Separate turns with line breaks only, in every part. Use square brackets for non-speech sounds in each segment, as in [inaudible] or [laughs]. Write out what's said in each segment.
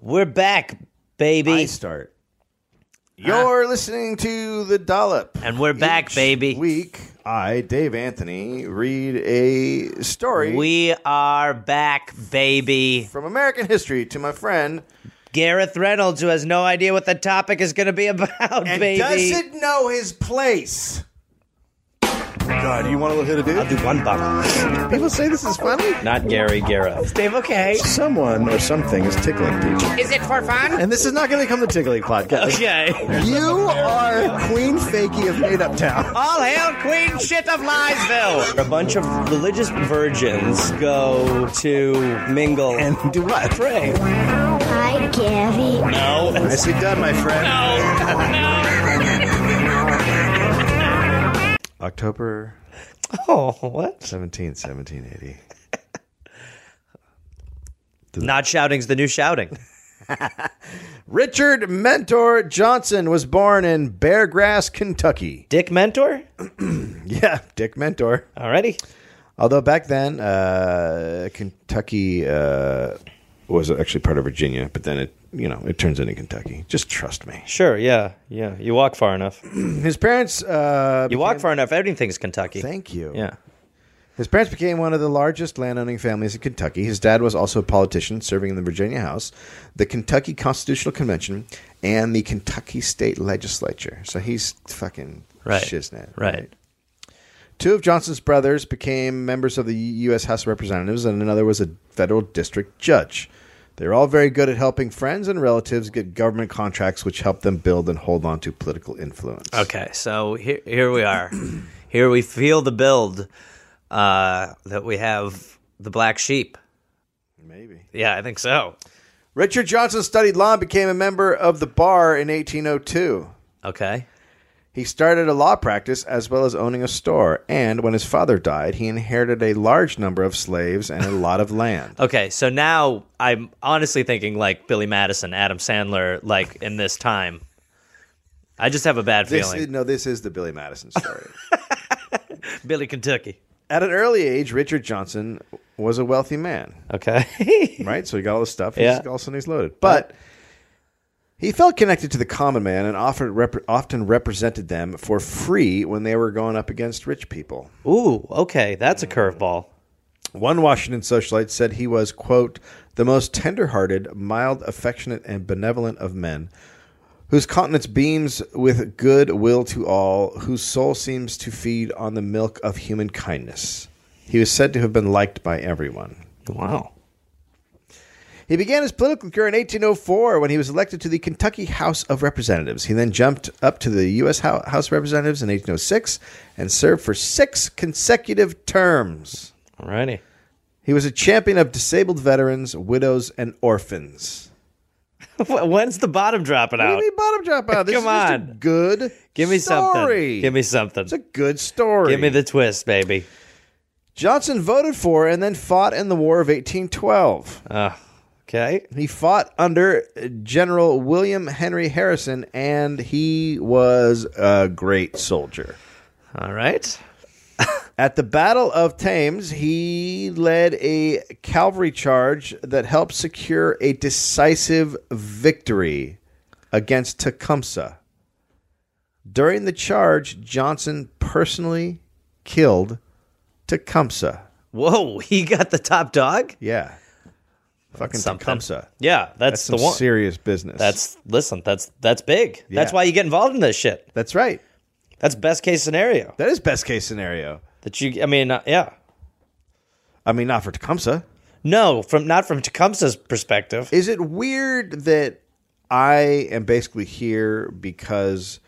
We're back, baby.
I start. You're listening to The Dollop.
Uh, And we're back,
Each
baby.
Week, I, Dave Anthony, read a story
We are back, baby.
from American history to my friend
Gareth Reynolds, who has no idea what the topic is going to be [laughs] about,
and
baby.
doesn't know his place.
God, you want to hit a dude?
I'll do one bottle.
People say this is funny.
Not Gary Gareth. Dave, okay.
Someone or something is tickling people.
Is it for fun?
And this is not going to become the tickling podcast.
[laughs] Okay.
You are Queen Fakey of Made Up Town.
All hail Queen Shit of Liesville. A bunch of religious virgins go to mingle
And do what?
pray.
Hi, Gary.
No.
Nicely done, my friend.
October
[laughs] Oh, what?
17, 1780.
Not shouting's the new shouting.
Richard Mentor Johnson was born in Beargrass, Kentucky.
Dick Mentor?
Yeah, Dick Mentor.
Already?
Although back then, uh, Kentucky uh, was actually part of Virginia, but then it, you know, it turns into Kentucky. Just trust me.
Sure, yeah, yeah. You walk far enough.
His parents. Uh,
You walk far enough, everything's Kentucky.
Thank you.
Yeah.
His parents became one of the largest landowning families in Kentucky. His dad was also a politician, serving in the Virginia House, the Kentucky Constitutional Convention, and the Kentucky State Legislature. So he's fucking
Right.
shiznit.
Right.
Two of Johnson's brothers became members of the U.S. House of Representatives, and another was a federal district judge. They were all very good at helping friends and relatives get government contracts, which helped them build and hold on to political influence.
Okay, so here, here we are. here we feel the build uh, that we have the black sheep.
Maybe.
Yeah, I think so.
Richard Johnson studied law and became a member of the bar in 1802.
Okay.
He started a law practice as well as owning a store, and when his father died, he inherited a large number of slaves and a lot of land.
Okay, so now I'm honestly thinking like Billy Madison, Adam Sandler, like in this time. I just have a bad
This
feeling.
is, no, this is the Billy Madison story. [laughs]
Billy Kentucky.
At an early age, Richard Johnson was a wealthy man.
Okay.
right? So he got all this stuff.
Yeah.
He's all of a sudden he's loaded. But he felt connected to the common man and often rep- often represented them for free when they were going up against rich people.
[laughs] Ooh, okay, that's a curveball.
One Washington socialite said he was quote the most tender-hearted, mild, affectionate, and benevolent of men. Whose countenance beams with good will to all, whose soul seems to feed on the milk of human kindness. He was said to have been liked by everyone.
Wow.
He began his political career in 1804 when he was elected to the Kentucky House of Representatives. He then jumped up to the U.S. Hou- House of Representatives in 1806 and served for six consecutive terms.
Alrighty. [laughs]
He was a champion of disabled veterans, widows, and orphans.
When's the bottom dropping
What do
out?
you mean bottom drop out? This
Come
is just a
on.
good
Give me
story.
something. Give me something.
It's a good story.
Give me the twist, baby.
Johnson voted for and then fought in the War of 1812.
Okay.
He fought under uh, General William Henry Harrison, and he was a great soldier.
All right.
At the Battle of Thames, he led a cavalry charge that helped secure a decisive victory against Tecumseh. During the charge, Johnson personally killed Tecumseh.
Whoa, [laughs] he got the top dog?
Yeah. Fucking
Something.
Tecumseh.
Yeah, that's,
That's
the
some
one.
serious business.
that's listen, that's that's big. That's
Yeah.
why you get involved in this shit.
that's right.
That's best case scenario.
That is best case scenario.
That you I mean, uh, yeah.
I mean, not for Tecumseh.
No, from not from Tecumseh's perspective.
Is it weird that I am basically here because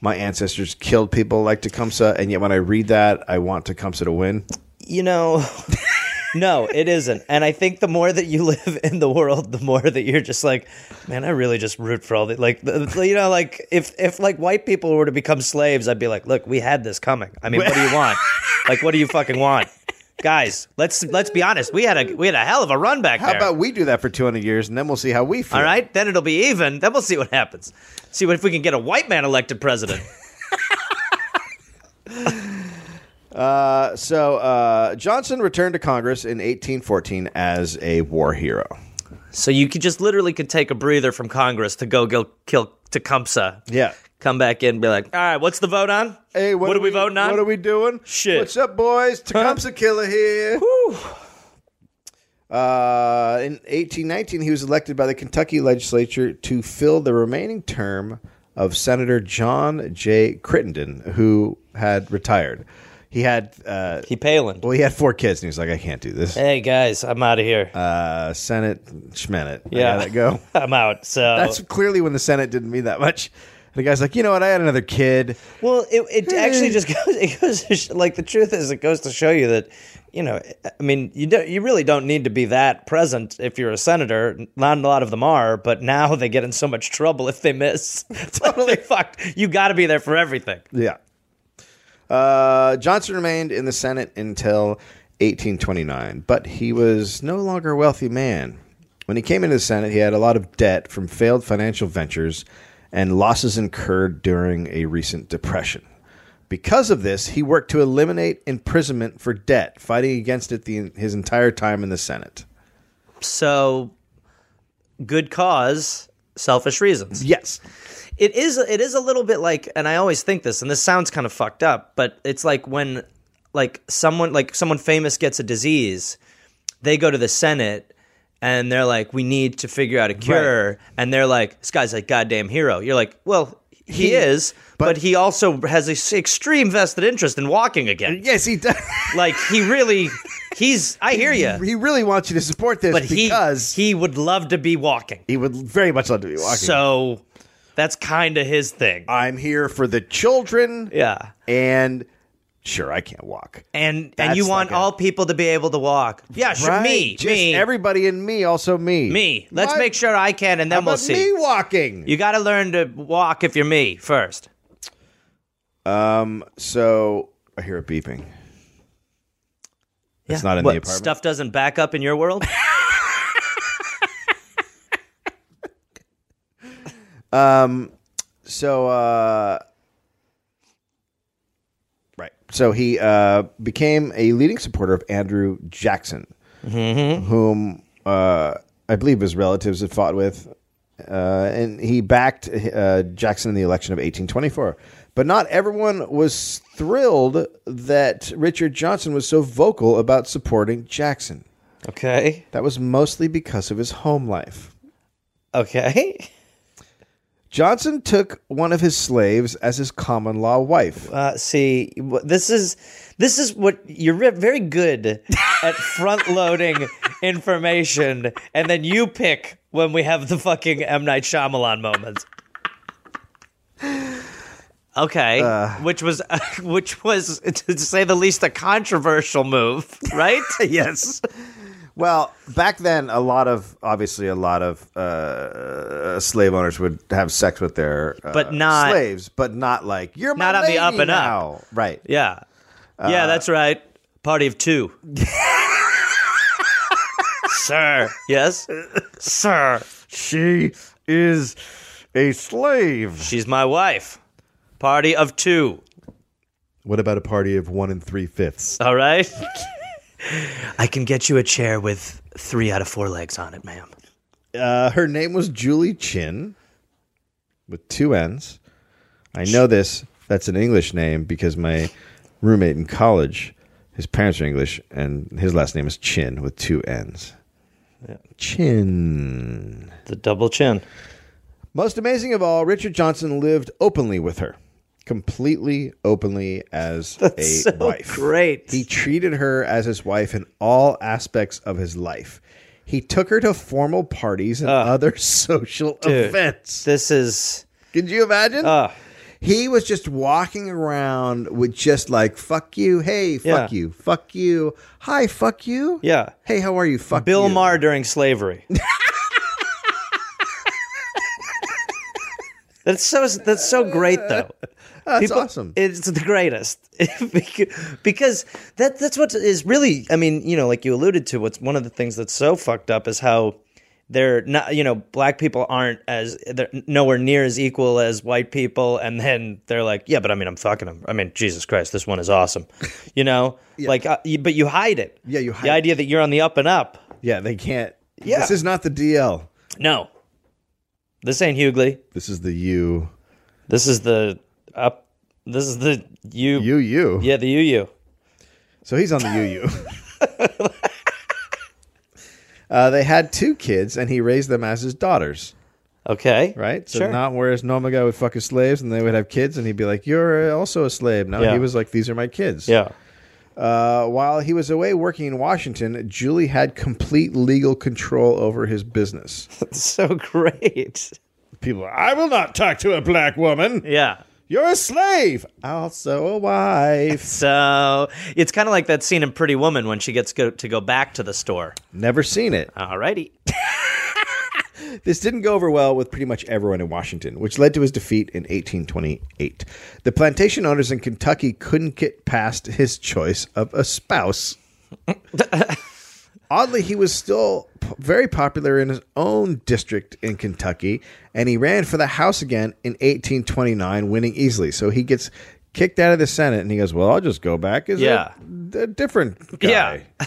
my ancestors killed people like Tecumseh, and yet when I read that, I want Tecumseh to win?
you know [laughs] no it isn't and i think the more that you live in the world the more that you're just like man i really just root for all the like the, the- you know like if if like white people were to become slaves i'd be like look we had this coming i mean what do you want like what do you fucking want guys let's let's be honest we had a we had a hell of a run back
How
there
about we do that for 200 years, and then we'll see how we feel?
all right then it'll be even then we'll see what happens see what if we can get a white man elected
[laughs]
president
Uh, so uh, Johnson returned to Congress in 1814 as a war hero.
So you could just literally could take a breather from Congress to go gil- kill Tecumseh.
Yeah.
Come back in and be like, all right, what's the vote on?
Hey, what,
are we, voting on?
What are we doing?
Shit.
What's up, boys? Tecumseh Killer here. Uh, in 1819, he was elected by the Kentucky legislature to fill the remaining term of Senator John J. Crittenden, who had retired. He had, uh,
He Palin.
well, he had four kids, and he was like, I can't do this.
Hey guys, I'm out of here.
Uh, Senate, Schmenet.
Yeah.
I
[laughs]
gotta go.
I'm out. So
That's clearly when the Senate didn't mean that much. The guy's like, you know what? I had another kid.
Well, it, it actually just goes. [laughs] It goes to sh- like the truth is, it goes to show you that, you know, I mean, you don't, you really don't need to be that present if you're a senator. Not a lot of them are, but now they get in so much trouble if they miss. [laughs] totally fucked. You got to be there for everything.
Yeah. Uh, Johnson remained in the Senate until 1829, but he was no longer a wealthy man. When he came into the Senate, he had a lot of debt from failed financial ventures and losses incurred during a recent depression. Because of this, he worked to eliminate imprisonment for debt, fighting against it the, his entire time in the Senate.
So, good cause, selfish reasons.
Yes.
it is it is a little bit like and i always think this and this sounds kind of fucked up but it's like when like someone like someone famous gets a disease they go to the senate and they're like we need to figure out a cure and they're like this guy's like goddamn hero you're like well he, is but, he also has an extreme vested interest in walking again
[laughs] Yes,
[laughs]
he does.
like he really he's i hear you
he really wants you to support this
but he
because he,
he would love to be walking
would very much love to be walking.
so that's kind of his thing
I'm here for the children.
yeah
and sure I can't walk.
and and
That's
you want
like a-
all people to be able to walk. Yeah, sure, me,
Just
me,
everybody and me, also me,
me. Let's
My-
make sure I can, and
How
then we'll
about
see.
me walking.
You got to learn to walk if you're me first.
so I hear it beeping. It's
Yeah.
not in
What,
the apartment.
Stuff doesn't back up in your
[laughs]
world.
So, uh, right. So he uh, became a leading supporter of Andrew Jackson, whom uh, I believe his relatives had fought with. Uh, and he backed uh, Jackson in the election of 1824. But not everyone was thrilled that Richard Johnson was so vocal about supporting Jackson.
okay,
That was mostly because of his home life.
okay.
Johnson took one of his slaves as his common law wife.
Uh, see, wh- this is this is what you're re- very good at front loading information, and then you pick when we have the fucking M Night Shyamalan moments. Okay, which was [laughs] which was to say the least a controversial move, right?
yes. Well, back then, a lot of obviously a lot of uh, slave owners would have sex with their uh,
But not-
slaves, but not like you're my
Not on the
lady
up and up.
now. right?
yeah, yeah, that's right. Party of two, sir. Yes, sir.
She is a slave.
She's my wife. Party of two.
What about a party of one and three fifths?
All right. [laughs] I can get you a chair with three out of four legs on it, ma'am.
Uh, her name was Julie Chin, with two N's. I know this. That's an English name because my roommate in college, his parents are English, and his last name is Chin with two N's. Chin.
The double chin.
Most amazing of all, Richard Johnson lived openly with her, completely openly
[laughs]
as a
so
wife.
great.
He treated her as his wife in all aspects of his life. He took her to formal parties
Ah.
and other [laughs] social events.
This is
Could you imagine?
Ah.
he was just walking around with just like fuck you, hey, fuck
Yeah.
you, fuck you, hi, fuck you,
Yeah.
hey, how are you, fuck
Bill
you.
Maher during slavery. [laughs] that's so that's so great though.
That's
People-
awesome.
It's the greatest [laughs] Becau- because that that's what is really. I mean, you know, like you alluded to, what's one of the things that's so fucked up is how they're not. You know, black people aren't as they're nowhere near as equal as white people, and then they're like, yeah, but I mean, I'm fucking them. I mean, Jesus Christ, this one is awesome. [laughs] You know, like, uh, you- but you hide it.
Yeah, you hide
the
it.
idea that you're on the up and up.
yeah, they can't.
Yeah.
This is not the DL.
no. This ain't Hughley.
This is the U.
This is the up. This is the you.
U U.
Yeah, the UU.
So he's on the UU. [laughs] uh, they had two kids, and he raised them as his daughters,
Okay.
right? So
Sure.
not whereas normal guy would fuck his slaves, and they would have kids, and he'd be like, "You're also a slave." No,
Yeah.
he was like, "These are my kids."
Yeah.
Uh, while he was away working in Washington, Julie had complete legal control over his business.
That's [laughs] so great.
[laughs] People, are, I will not talk to a black woman.
Yeah.
You're a slave, also a wife.
So it's kind of like that scene in Pretty Woman when she gets go- to go back to the store.
Never seen it.
Alrighty.
This didn't go over well with pretty much everyone in Washington, which led to his defeat in 1828. The plantation owners in Kentucky couldn't get past his choice of
[laughs]
a spouse. Oddly, he was still p- very popular in his own district in Kentucky, and he ran for the House again in 1829, winning easily. So he gets kicked out of the Senate, and he goes, "Well, I'll just go back as a-
Yeah.
a, different guy."
Yeah.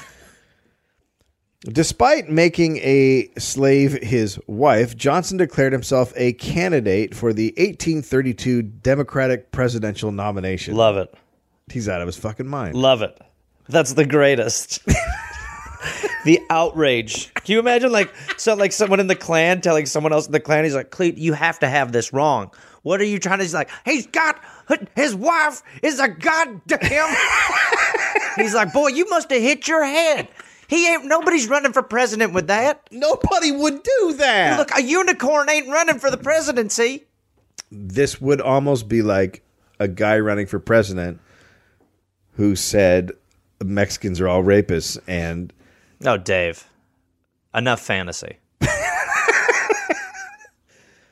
Despite making a slave his wife, Johnson declared himself a candidate for the 1832 Democratic presidential nomination.
Love it.
He's out of his fucking mind.
Love it. That's the greatest. [laughs] the outrage. Can you imagine like so like someone in the clan telling someone else in the clan, he's like, Cleet, you have to have this wrong. What are you trying to he's like, he's got his wife is a goddamn [laughs] He's like, Boy, you must have hit your head. He ain't nobody's running for president with that.
Nobody would do that.
Look, a unicorn ain't running for the presidency.
this would almost be like a guy running for president who said Mexicans are all rapists and
No, Dave. Enough fantasy.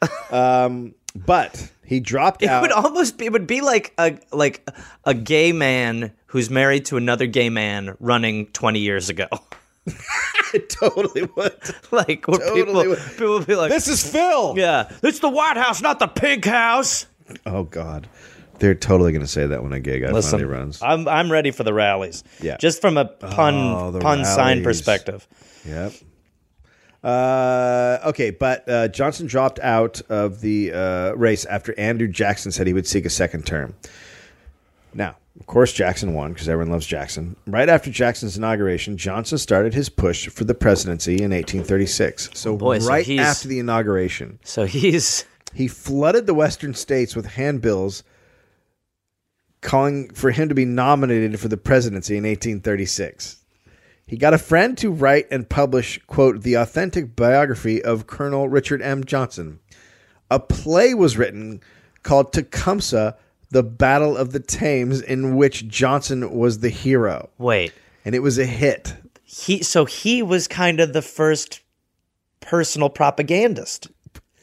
but he dropped
It
out.
would almost be, it would be like a like a gay man who's married to another gay man running 20 years ago.
[laughs]
[laughs]
it totally would.
like where
Totally
people
would.
people would be like
This is Phil.
yeah, it's the White House, not the Pig House.
Oh God. They're totally going to say that when a gay guy
Listen,
finally runs.
I'm I'm ready for the rallies.
Yeah.
just from a pun
Oh, the
pun sign
rallies.
perspective.
Yep. Uh, okay, but uh, Johnson dropped out of the uh, race after Andrew Jackson said he would seek a second term. Now, of course, Jackson won because everyone loves Jackson. Right after Jackson's inauguration, Johnson started his push for the presidency in 1836. So,
boy, so
right
he's-
after the inauguration,
So he's
he flooded the Western states with handbills calling for him to be nominated for the presidency in 1836. He got a friend to write and publish, quote, the authentic biography of Colonel Richard M. Johnson. A play was written called Tecumseh, The Battle of the Thames, in which Johnson was the hero.
wait
And it was a hit.
he so he was kind of the first personal propagandist.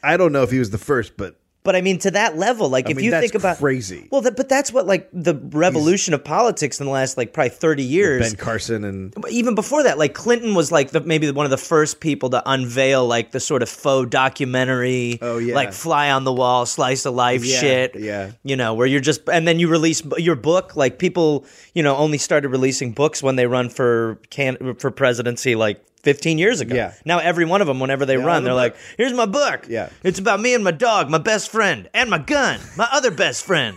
I don't know if he was the first, but
But I mean, to that level, like if
mean,
you
that's
think about
crazy.
Well, that, but that's what like the revolution of politics in the last like probably thirty years.
Ben Carson and
But even before that, like Clinton was like the, maybe one of the first people to unveil like the sort of faux documentary,
Oh, yeah.
like fly on the wall, slice of life
Yeah,
shit,
yeah.
you know, where you're just and then you release b- your book. Like people, you know, only started releasing books when they run for can for presidency, like. 15 years ago.
Yeah.
Now every one of them, whenever they run,
the
they're
book.
like, "Here's my book.
Yeah.
It's about me and my dog, my best friend, and my gun, my other best
[laughs]
friend.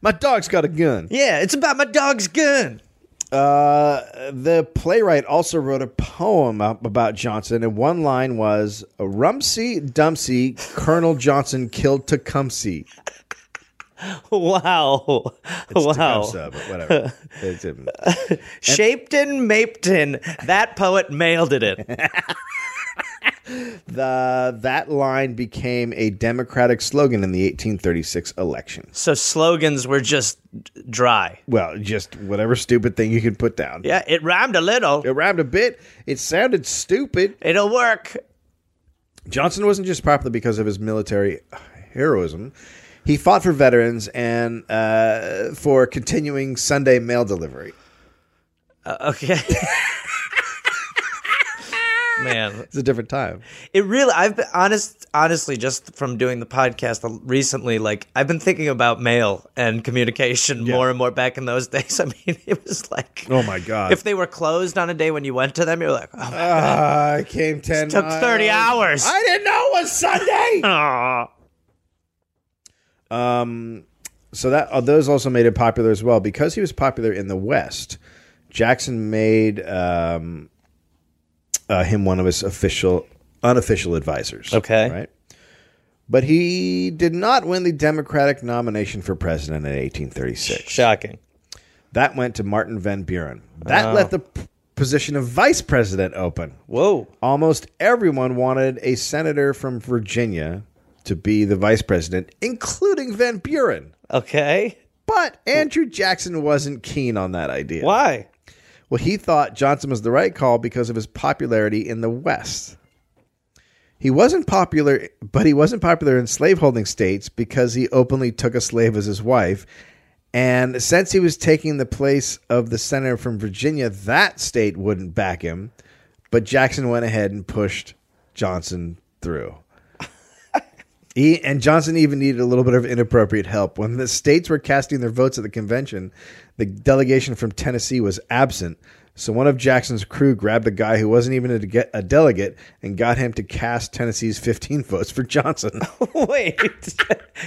My dog's got a gun.
Yeah, it's about my dog's gun. [laughs]
Uh, the playwright also wrote a poem up about Johnson, and one line was "Rumsey Dumpsey, Colonel Johnson killed Tecumseh."
Wow. wow.
Tecumseh, but
[laughs]
whatever. It's him.
Shapton Mapton. That poet mailed it [laughs] in.
the that line became a Democratic slogan in the 1836 election.
So slogans were just dry.
Well, just whatever stupid thing you could put down.
Yeah, it rhymed a little.
It rhymed a bit. It sounded stupid.
It'll work.
Johnson wasn't just popular because of his military heroism. He fought for veterans and uh, for continuing Sunday mail delivery.
Uh, okay. [laughs] man.
It's a different time.
It really, I've been honest, honestly, just from doing the podcast recently, like I've been thinking about mail and communication more and more back in those [laughs] days. I mean, it was like,
Oh my God.
if they were closed on a day when you went to them, you're like, oh, it
Ah, I came 10
took 30
miles.
hours.
I didn't know it was Sunday.
[laughs] Aw.
Um, So that uh, those also made it popular as well because he was popular in the West. Jackson made um, uh, him one of his official, unofficial advisors.
Okay.
right. But he did not win the Democratic nomination for president in 1836.
Shocking.
That went to Martin Van Buren. That
Oh.
left the p- position of vice president open.
Whoa.
Almost everyone wanted a senator from Virginia to be the vice president, including Van Buren.
Okay.
But Andrew Jackson wasn't keen on that idea.
Why?
Well, he thought Johnson was the right call because of his popularity in the West. He wasn't popular, but he wasn't popular in slaveholding states because he openly took a slave as his wife. And since he was taking the place of the senator from Virginia, that state wouldn't back him. But Jackson went ahead and pushed Johnson through. He, E, and Johnson even needed a little bit of inappropriate help. When the states were casting their votes at the convention, the delegation from Tennessee was absent. So one of Jackson's crew grabbed a guy who wasn't even a, de- a delegate and got him to cast Tennessee's 15 [laughs] votes for Johnson.
[laughs] Wait.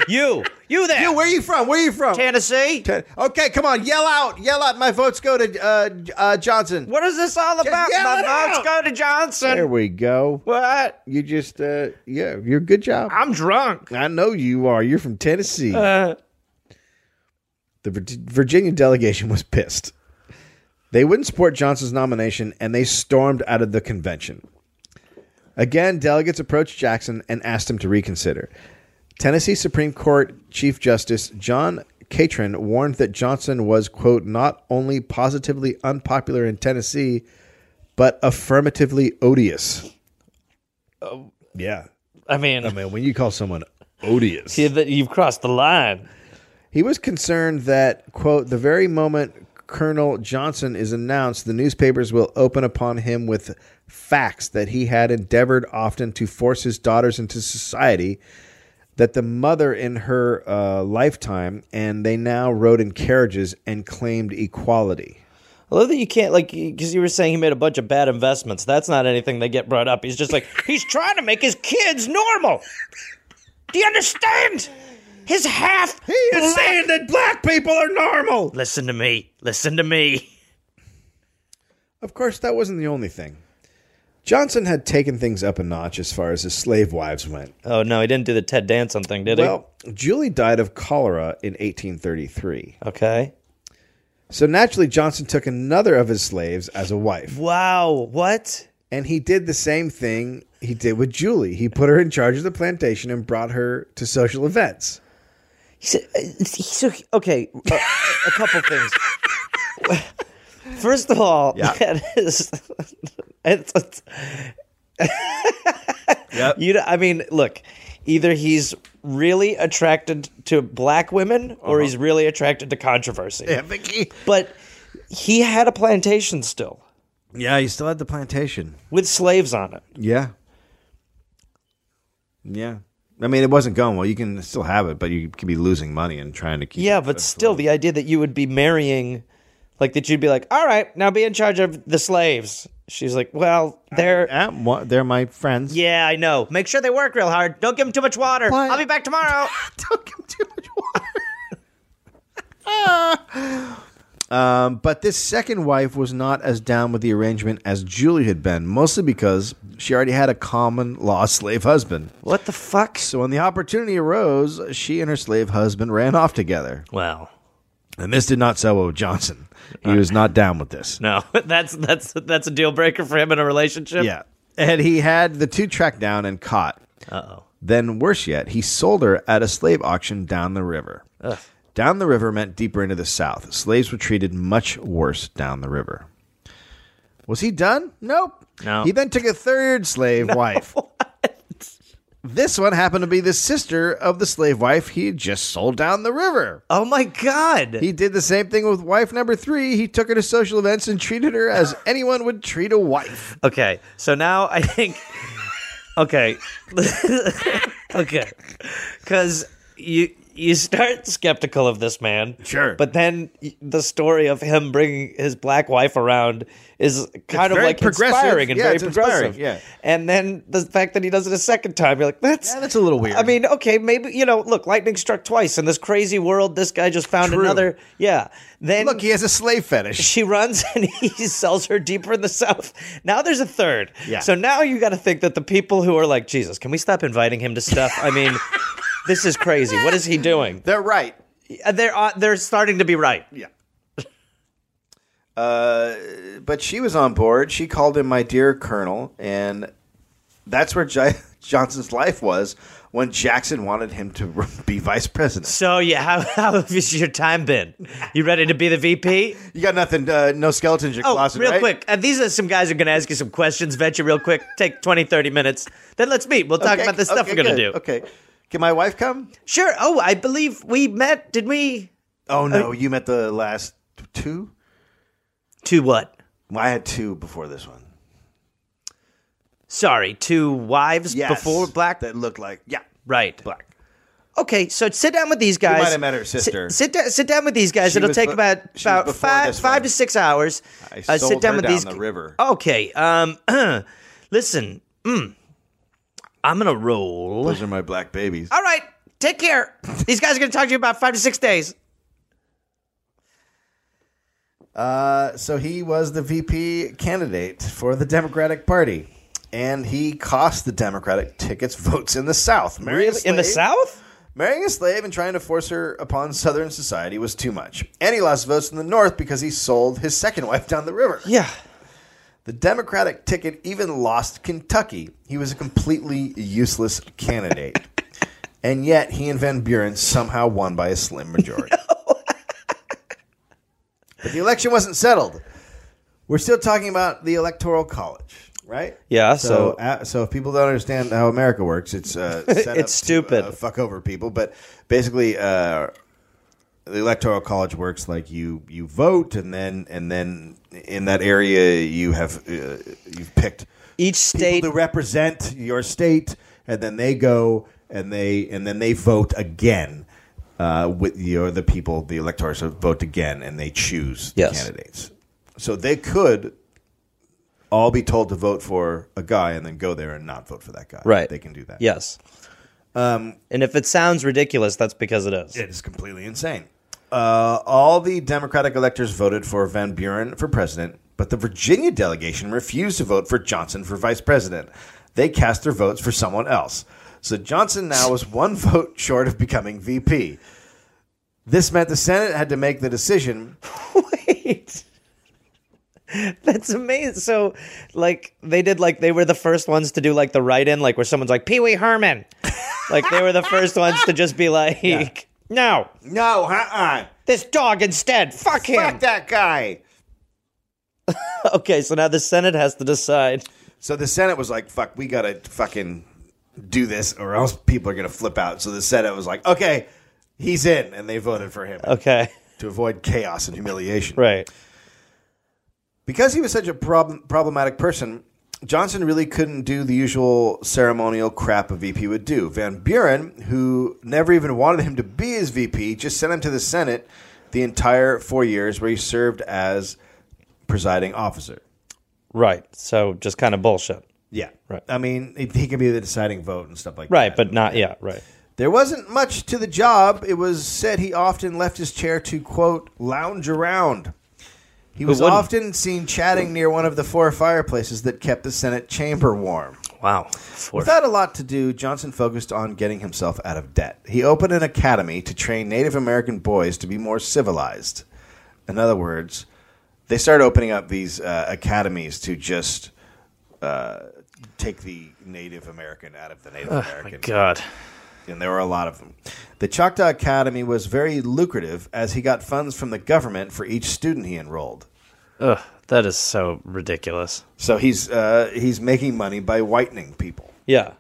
you. You there.
Where are you from? Where are you from?
Tennessee.
Ten- okay, come on, yell out, yell out. My votes go to uh, uh, Johnson.
what is this all about?
yell
My
it out.
votes go to Johnson.
There we go.
what?
You just, uh, yeah, you're good job.
I'm drunk.
I know you are. You're from Tennessee. the Vir- Virginia delegation was pissed. They wouldn't support Johnson's nomination and they stormed out of the convention. Again, delegates approached Jackson and asked him to reconsider. Tennessee Supreme Court Chief Justice John Catron warned that Johnson was, quote, not only positively unpopular in Tennessee, but affirmatively odious. yeah.
I mean,
I mean, when you call someone odious.
you've crossed the line.
He was concerned that, quote, the very moment Colonel Johnson is announced, the newspapers will open upon him with facts that he had endeavored often to force his daughters into society, that the mother in her uh, lifetime, and they now rode in carriages and claimed equality.
I love that you can't like because you were saying he made a bunch of bad investments. That's not anything that get brought up. He's just [laughs] like he's trying to make his kids normal. Do you understand? His half. black-
that black people are normal.
Listen to me. Listen to me.
Of course, that wasn't the only thing. Johnson had taken things up a notch as far as his slave wives went.
Oh no, he didn't do the Ted Danson thing, did he?
Well, Julie died of cholera in 1833.
okay. [laughs]
So naturally, Johnson took another of his slaves as a wife.
Wow. What?
And he did the same thing he did with Julie. He put her in charge of the plantation and brought her to social events.
He's, he's okay. okay, a, a couple things. First of all,
Yeah.
that is, it's, it's, you. know- I mean, look, either he's really attracted to black women or he's really attracted to controversy.
Vicky.
But he had a plantation still
Yeah, he still had the plantation.
with slaves on it.
Yeah. Yeah. I mean, it wasn't going well. You can still have it, but you could be losing money and trying to keep
Yeah, but still, the idea that you would be marrying, like that you'd be like, all right, now be in charge of the slaves. She's like, well, they're.
they're my friends.
Yeah, I know. Make sure they work real hard. Don't give them too much water.
But-
I'll be back tomorrow.
[laughs] Don't give him too much water. [laughs] um, but this second wife was not as down with the arrangement as Julie had been, mostly because she already had a common law slave husband.
[laughs] what the fuck?
So when the opportunity arose, she and her slave husband ran off together.
Well,
And this did not sell well with Johnson. He was not down with this.
no, [laughs] that's that's that's a deal breaker for him in a relationship.
Yeah. And he had the two tracked down and caught.
Uh-oh.
Then, worse yet, he sold her at a slave auction down the river. Down the river meant deeper into the South. Slaves were treated much worse down the river. Was he done? Nope.
No.
[laughs] He then took a third slave wife. This one happened to be the sister of the slave wife he had just sold down the river.
Oh my god.
He did the same thing with wife number three. He took her to social events and treated her [laughs] as anyone would treat a wife.
Okay, so now I think. Okay, [laughs] okay, because you you start skeptical of this man,
Sure.
but then y- the story of him bringing his black wife around is kind of
very
like
progressive.
inspiring and
Yeah,
very
it's inspiring,
progressive.
yeah.
and then the fact that he does it a second time, you're like, that's
Yeah, that's a little weird.
I mean, okay, maybe you know, look, lightning struck twice in this crazy world. This guy just found
True.
another. Yeah, then
Look, he has a slave fetish.
she runs [laughs] and he sells her deeper in the south. Now there's a third.
Yeah.
So now you got to think that the people who are like, Jesus, can we stop inviting him to stuff? I [laughs] mean, this is crazy. What is he doing?
[laughs] They're right.
Uh, They're uh, they're starting to be right.
Yeah. Uh, but she was on board. She called him my dear colonel, and that's where J- [laughs] Johnson's life was when Jackson wanted him to [laughs] be vice president.
So yeah, [laughs] how how has your time been? You ready to be the [laughs] VP?
You got nothing, uh, no skeletons in your
Oh,
closet,
real
right?
quick. Uh, these are some guys who are going to ask you some questions. Venture real quick. Take 20, 30 minutes. Then let's meet. We'll talk
Okay,
about the stuff
okay,
we're going to do.
good. Okay. Can my wife come?
Sure. Oh, I believe we met. Did we?
Oh no,
Uh,
you met the last two.
To what?
Well, I had two before this one.
Sorry, two wives
Yes,
before Black.
that looked like yeah,
Right.
black.
Okay, so sit down with these guys.
might have met her sister.
Sit, sit down. Sit down with these guys.
She
It'll
was
take
be-
about
she was
about
before
five
this
five
one.
to six hours.
I
Uh,
sold
sit down
her
with
down
these.
the
g-
river.
Okay. Um. [clears throat] listen. Mm, I'm gonna roll.
Those are my black babies.
All right. Take care. These guys are gonna talk to you about five to six days.
Uh, so he was the VP candidate for the Democratic Party, and he cost the Democratic tickets votes in the South. Marrying a
In the
slave-
South?
Marrying a slave and trying to force her upon Southern society was too much. And he lost votes in the North because he sold his second wife down the river.
Yeah.
The Democratic ticket even lost Kentucky. He was a completely useless
[laughs]
candidate. and yet he and Van Buren somehow won by a slim
[laughs]
majority. [laughs] but the election wasn't settled. We're still talking about the Electoral College, right?
Yeah,
So,
so-
uh, so if people don't understand how America works, it's uh,
[laughs]
set
It's
up
stupid.
To, uh, fuck over people, but basically, uh, the electoral college works like you you vote and then and then in that area you have uh, you've picked
Each state.
people to represent your state and then they go and they and then they vote again uh, with your the people the electors vote again and they choose the
Yes.
candidates so they could all be told to vote for a guy and then go there and not vote for that guy
Right.
they can do that
Yes. Um. And if it sounds ridiculous, that's because it is.
It is completely insane. Uh, all the Democratic electors voted for Van Buren for president, but the Virginia delegation refused to vote for Johnson for vice president. They cast their votes for someone else. So Johnson now was one [laughs] vote short of becoming VP. This meant the Senate had to make the decision.
Wait. That's amazing. So, like, they did, like, they were the first ones to do, like, the write in, like, where someone's like, Pee Wee Herman. like, they were the first ones to just be like, no,
No, uh-uh.
this dog instead. Fuck him.
Fuck that guy.
Okay, so now the Senate has to decide.
So the Senate was like, fuck, we got to fucking do this or else people are going to flip out. So the Senate was like, okay, he's in. And they voted for him.
Okay.
to avoid chaos and humiliation.
Right.
Because he was such a problem, problematic person, Johnson really couldn't do the usual ceremonial crap a VP would do. Van Buren, who never even wanted him to be his VP, just sent him to the Senate the entire four years where he served as presiding officer.
Right. So, just kind of bullshit.
Yeah.
Right.
I mean, he, he can be the deciding vote and stuff like that.
Right, but not, yeah, right.
There wasn't much to the job. It was said he often left his chair to, quote, lounge around. He was
wouldn't?
often seen chatting near one of the four fireplaces that kept the Senate chamber warm.
Wow. Four.
Without a lot to do, Johnson focused on getting himself out of debt. He opened an academy to train Native American boys to be more civilized. In other words, they started opening up these uh, academies to just uh, take the Native American out of the Native American
God.
and there were a lot of them. The Choctaw Academy was very lucrative as he got funds from the government for each student he enrolled.
Ugh, that is so ridiculous.
So he's uh, he's making money by whitening people.
Yeah.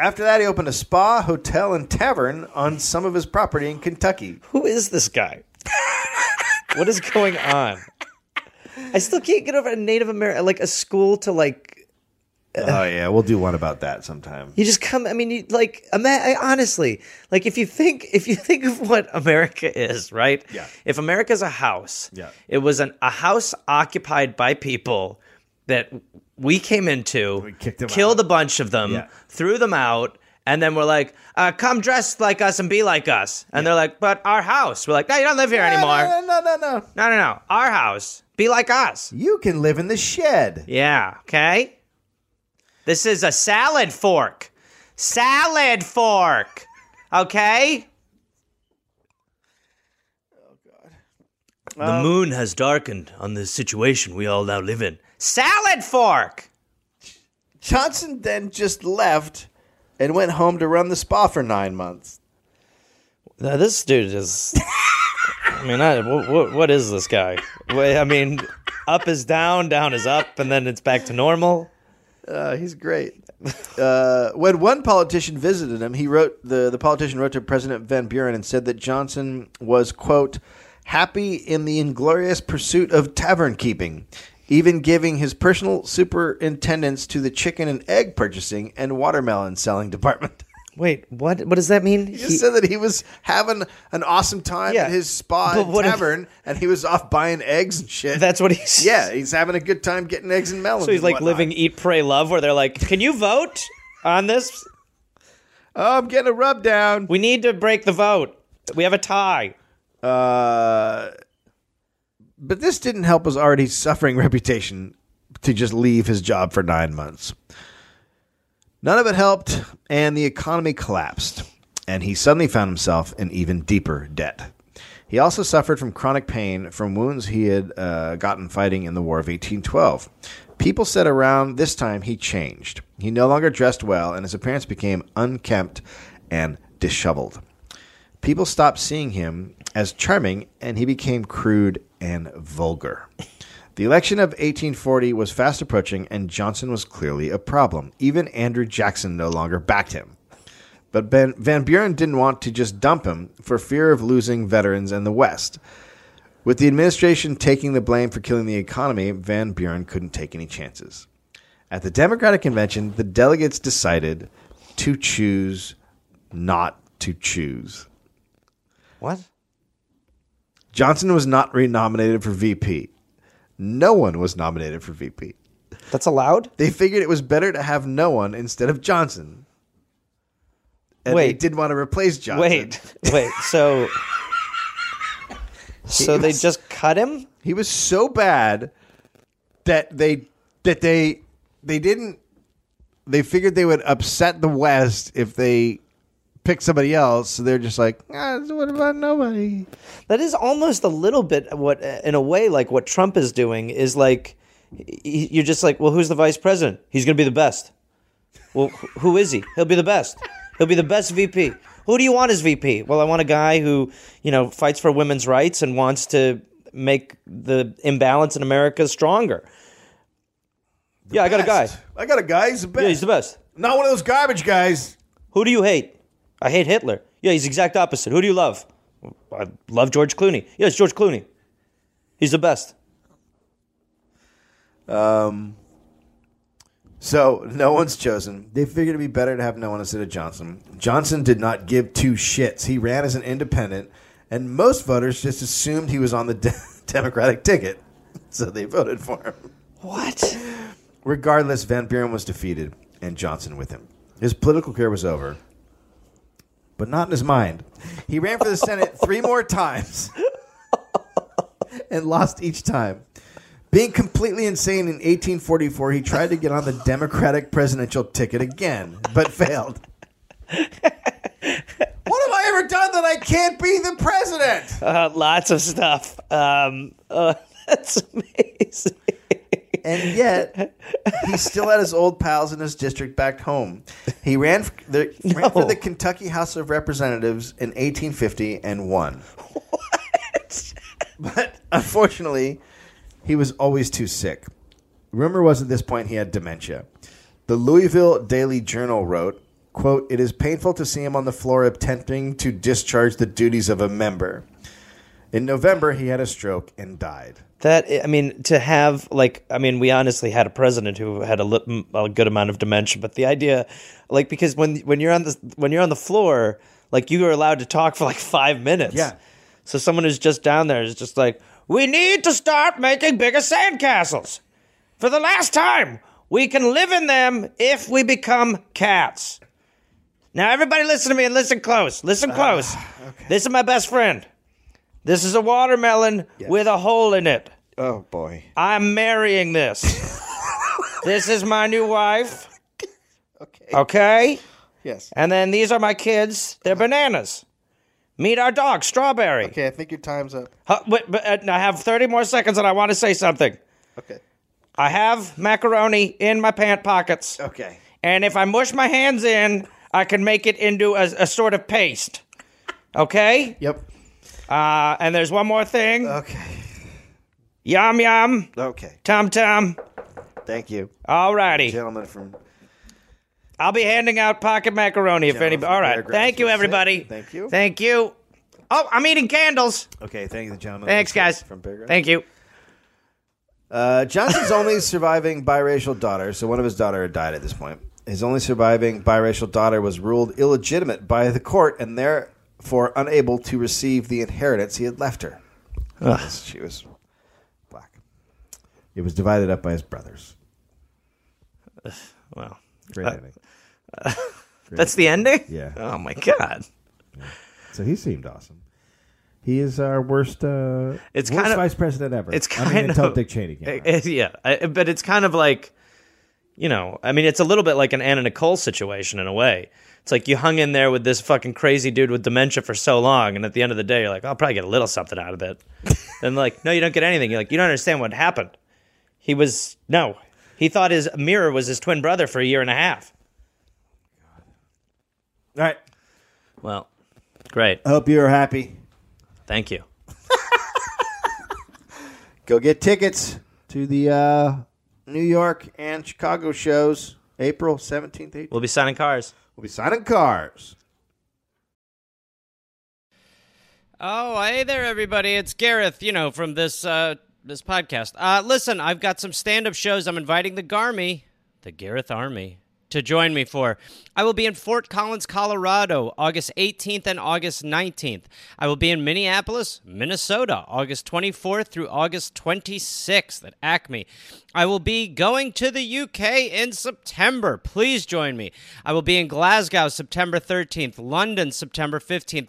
After that, he opened a spa, hotel, and tavern on some of his property in Kentucky.
Who is this guy? what is going on? I still can't get over a Native American, like a school to like.
Oh yeah, we'll do one about that sometime.
You just come. I mean, you, like, ima- I- honestly, like if you think if you think of what America is, right?
Yeah.
If America's a house,
Yeah.
it was an a house occupied by people that we came into, we
kicked 'em
killed a bunch of them,
Yeah.
threw them out. And then we're like, uh, come dress like us and be like us. And they're like, but our house. We're like, no, you don't live here anymore.
No, no, no, no, no.
No, no, no. Our house. Be like us.
You can live in the shed.
Yeah, okay? This is a salad fork. Salad fork. Okay? Oh, The moon has darkened on the situation we all now live in. Salad fork!
Johnson then just left and went home to run the spa for nine months.
Now, this dude is. I mean, I, what, what is this guy? Wait, I mean, up is down, down is up, and then it's back to normal.
Uh, he's great. Uh, when one politician visited him, he wrote the the politician wrote to President Van Buren and said that Johnson was quote happy in the inglorious pursuit of tavern keeping, even giving his personal superintendence to the chicken and egg purchasing and watermelon selling department. [laughs]
Wait, what? What does that mean?
He just said that he was having an awesome time
Yeah.
at his spa
But
and
what if-
tavern, and he was off buying eggs and shit.
That's what he's.
yeah, he's having a good time getting eggs and melons.
So he's
and
like
whatnot.
living Eat, Pray, Love, where they're like, "Can you vote on this?
Oh, I'm getting a rub down.
We need to break the vote. We have a tie."
Uh, but this didn't help his already suffering [laughs] reputation to just leave his job for nine months. None of it helped, and the economy collapsed, and he suddenly found himself in even deeper debt. He also suffered from chronic pain from wounds he had uh, gotten fighting in the War of 1812. People said around this time he changed. He no longer dressed well, and his appearance became unkempt and disheveled. People stopped seeing him as charming, and he became crude and vulgar. The election of 1840 was fast approaching, and Johnson was clearly a problem. Even Andrew Jackson no longer backed him. But ben, Van Buren didn't want to just dump him for fear of losing veterans and the West. With the administration taking the blame for killing the economy, Van Buren couldn't take any chances. At the Democratic convention, the delegates decided to choose not to choose.
What?
Johnson was not renominated for VP. No one was nominated for VP.
That's allowed.
They figured it was better to have no one instead of Johnson. And they
Wait.
did want to replace Johnson.
Wait, wait. [laughs] So, so they just cut him?
He was so bad that they that they they didn't they figured they would upset the West if they picked somebody else, so they're just like, ah, what about nobody?
That is almost a little bit what, in a way, like what Trump is doing is like, y- y- you're just like, well, who's the vice president? He's going to be the best. Well, wh- who is he? He'll be the best. He'll be the best VP. Who do you want as VP? Well, I want a guy who, you know, fights for women's rights and wants to make the imbalance in America stronger. yeah, I got a guy.
I got a guy, he's the best.
Yeah, he's the best.
Not one of those garbage guys.
Who do you hate? I hate Hitler. Yeah, he's the exact opposite. Who do you love? I love George Clooney. Yeah, it's George Clooney. He's the best.
So no one's chosen. They figured it'd be better to have no one instead of Johnson. Johnson did not give two shits. He ran as an independent, and most voters just assumed he was on the [laughs] de- Democratic ticket, so they voted for him.
What?
Regardless, Van Buren was defeated, and Johnson with him. His political career was over, but not in his mind. He ran for the Senate three more times [laughs] and lost each time. Being completely insane in 1844, he tried to get on the Democratic presidential ticket again, but failed. What have I ever done that I can't be the president?
Uh, lots of stuff. Um, uh, [laughs] that's amazing.
And yet, he [laughs] still had his old pals in his district back home. He ran for the, ran for
No.
the Kentucky House of Representatives in 1850 and won. But unfortunately, he was always too sick. Rumor was at this point he had dementia. The Louisville Daily Journal wrote, Quote, it is painful to see him on the floor attempting to discharge the duties of a member. In November, he had a stroke and died.
That I mean, to have like I mean, we honestly had a president who had a, lit- a good amount of dementia, but the idea, like, because when when you're on the when you're on the floor, like you are allowed to talk for like five minutes.
Yeah.
So someone who's just down there is just like, we need to start making bigger sandcastles. For the last time, we can live in them if we become cats. Now everybody, listen to me and listen close. Listen close. This is my best friend. This is a watermelon with a hole in it.
Oh, boy.
I'm marrying
[laughs]
this. this is my new wife. Okay. Okay.
Yes. Uh-huh.
And then these are my kids. They're bananas. Meet our dog, Strawberry.
Okay, I think your time's up.
Huh, but, but, uh, I have 30 more seconds and I want to say something.
Okay.
I have macaroni in my pant pockets.
Okay.
And if I mush my hands in, I can make it into a, a sort of paste. Okay?
Yep.
Uh, and there's one more thing.
Okay.
Yum yum.
Okay.
Tom Tom.
Thank you,
Alrighty.
gentlemen from
I'll be handing out pocket macaroni if anybody.
from
All right.
Paragraph
Thank you,
Six.
everybody.
Thank you.
Thank you. Oh, I'm eating candles.
Okay, thank you, gentlemen.
Thanks, guys.
From Paragraph.
Thank you.
Uh, Johnson's only surviving biracial daughter, so one of his daughter had died at this point. His only surviving biracial daughter was ruled illegitimate by the court and therefore unable to receive the inheritance he had left her. She was black. It was divided up by his brothers.
Well,
Great ending.
that's the ending.
Yeah.
Oh my god.
So he seemed awesome. He is our worst, uh,
It's
worst
kind of-
vice president ever.
It's
I mean,
kind
until
of
Dick Cheney. Came
It-
around.
it- [laughs] yeah, I- but it's kind of like, you know, I mean, it's a little bit like an Anna Nicole situation in a way. It's like you hung in there with this fucking crazy dude with dementia for so long, and at the end of the day, you're like, I'll probably get a little something out of [laughs] it. and like, no, you don't get anything. You're like, you don't understand what happened. He was no. He thought his mirror was his twin brother for a year and a half.
All right.
Well, great.
I hope you're happy.
Thank you.
go get tickets to the uh, New York and Chicago shows April 17th, 18th.
We'll be signing cars.
We'll be signing cars.
Oh, hey there, everybody. It's Gareth, you know, from this uh, this podcast. Uh, listen, I've got some stand up shows I'm inviting the Garmy, the Gareth Army, to join me for. I will be in Fort Collins, Colorado, August 18th and August 19th. I will be in Minneapolis, Minnesota, August 24th through August 26th at Acme. I will be going to the UK in September. Please join me. I will be in Glasgow September 13th, London September 15th,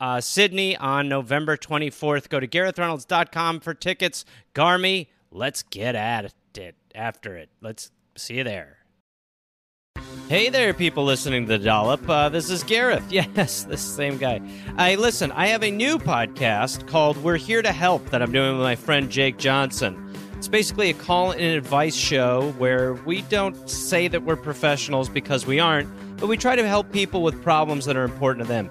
uh, Sydney on November 24th. Go to GarethReynolds.com for tickets. Garmy, let's get at it after it. Let's see you there. Hey there, people listening to the Dollop. Uh, this is Gareth. [laughs] Yes, this same guy. I listen. I have a new podcast called "We're Here to Help" that I'm doing with my friend Jake Johnson. It's basically a call and advice show where we don't say that we're professionals because we aren't, but we try to help people with problems that are important to them.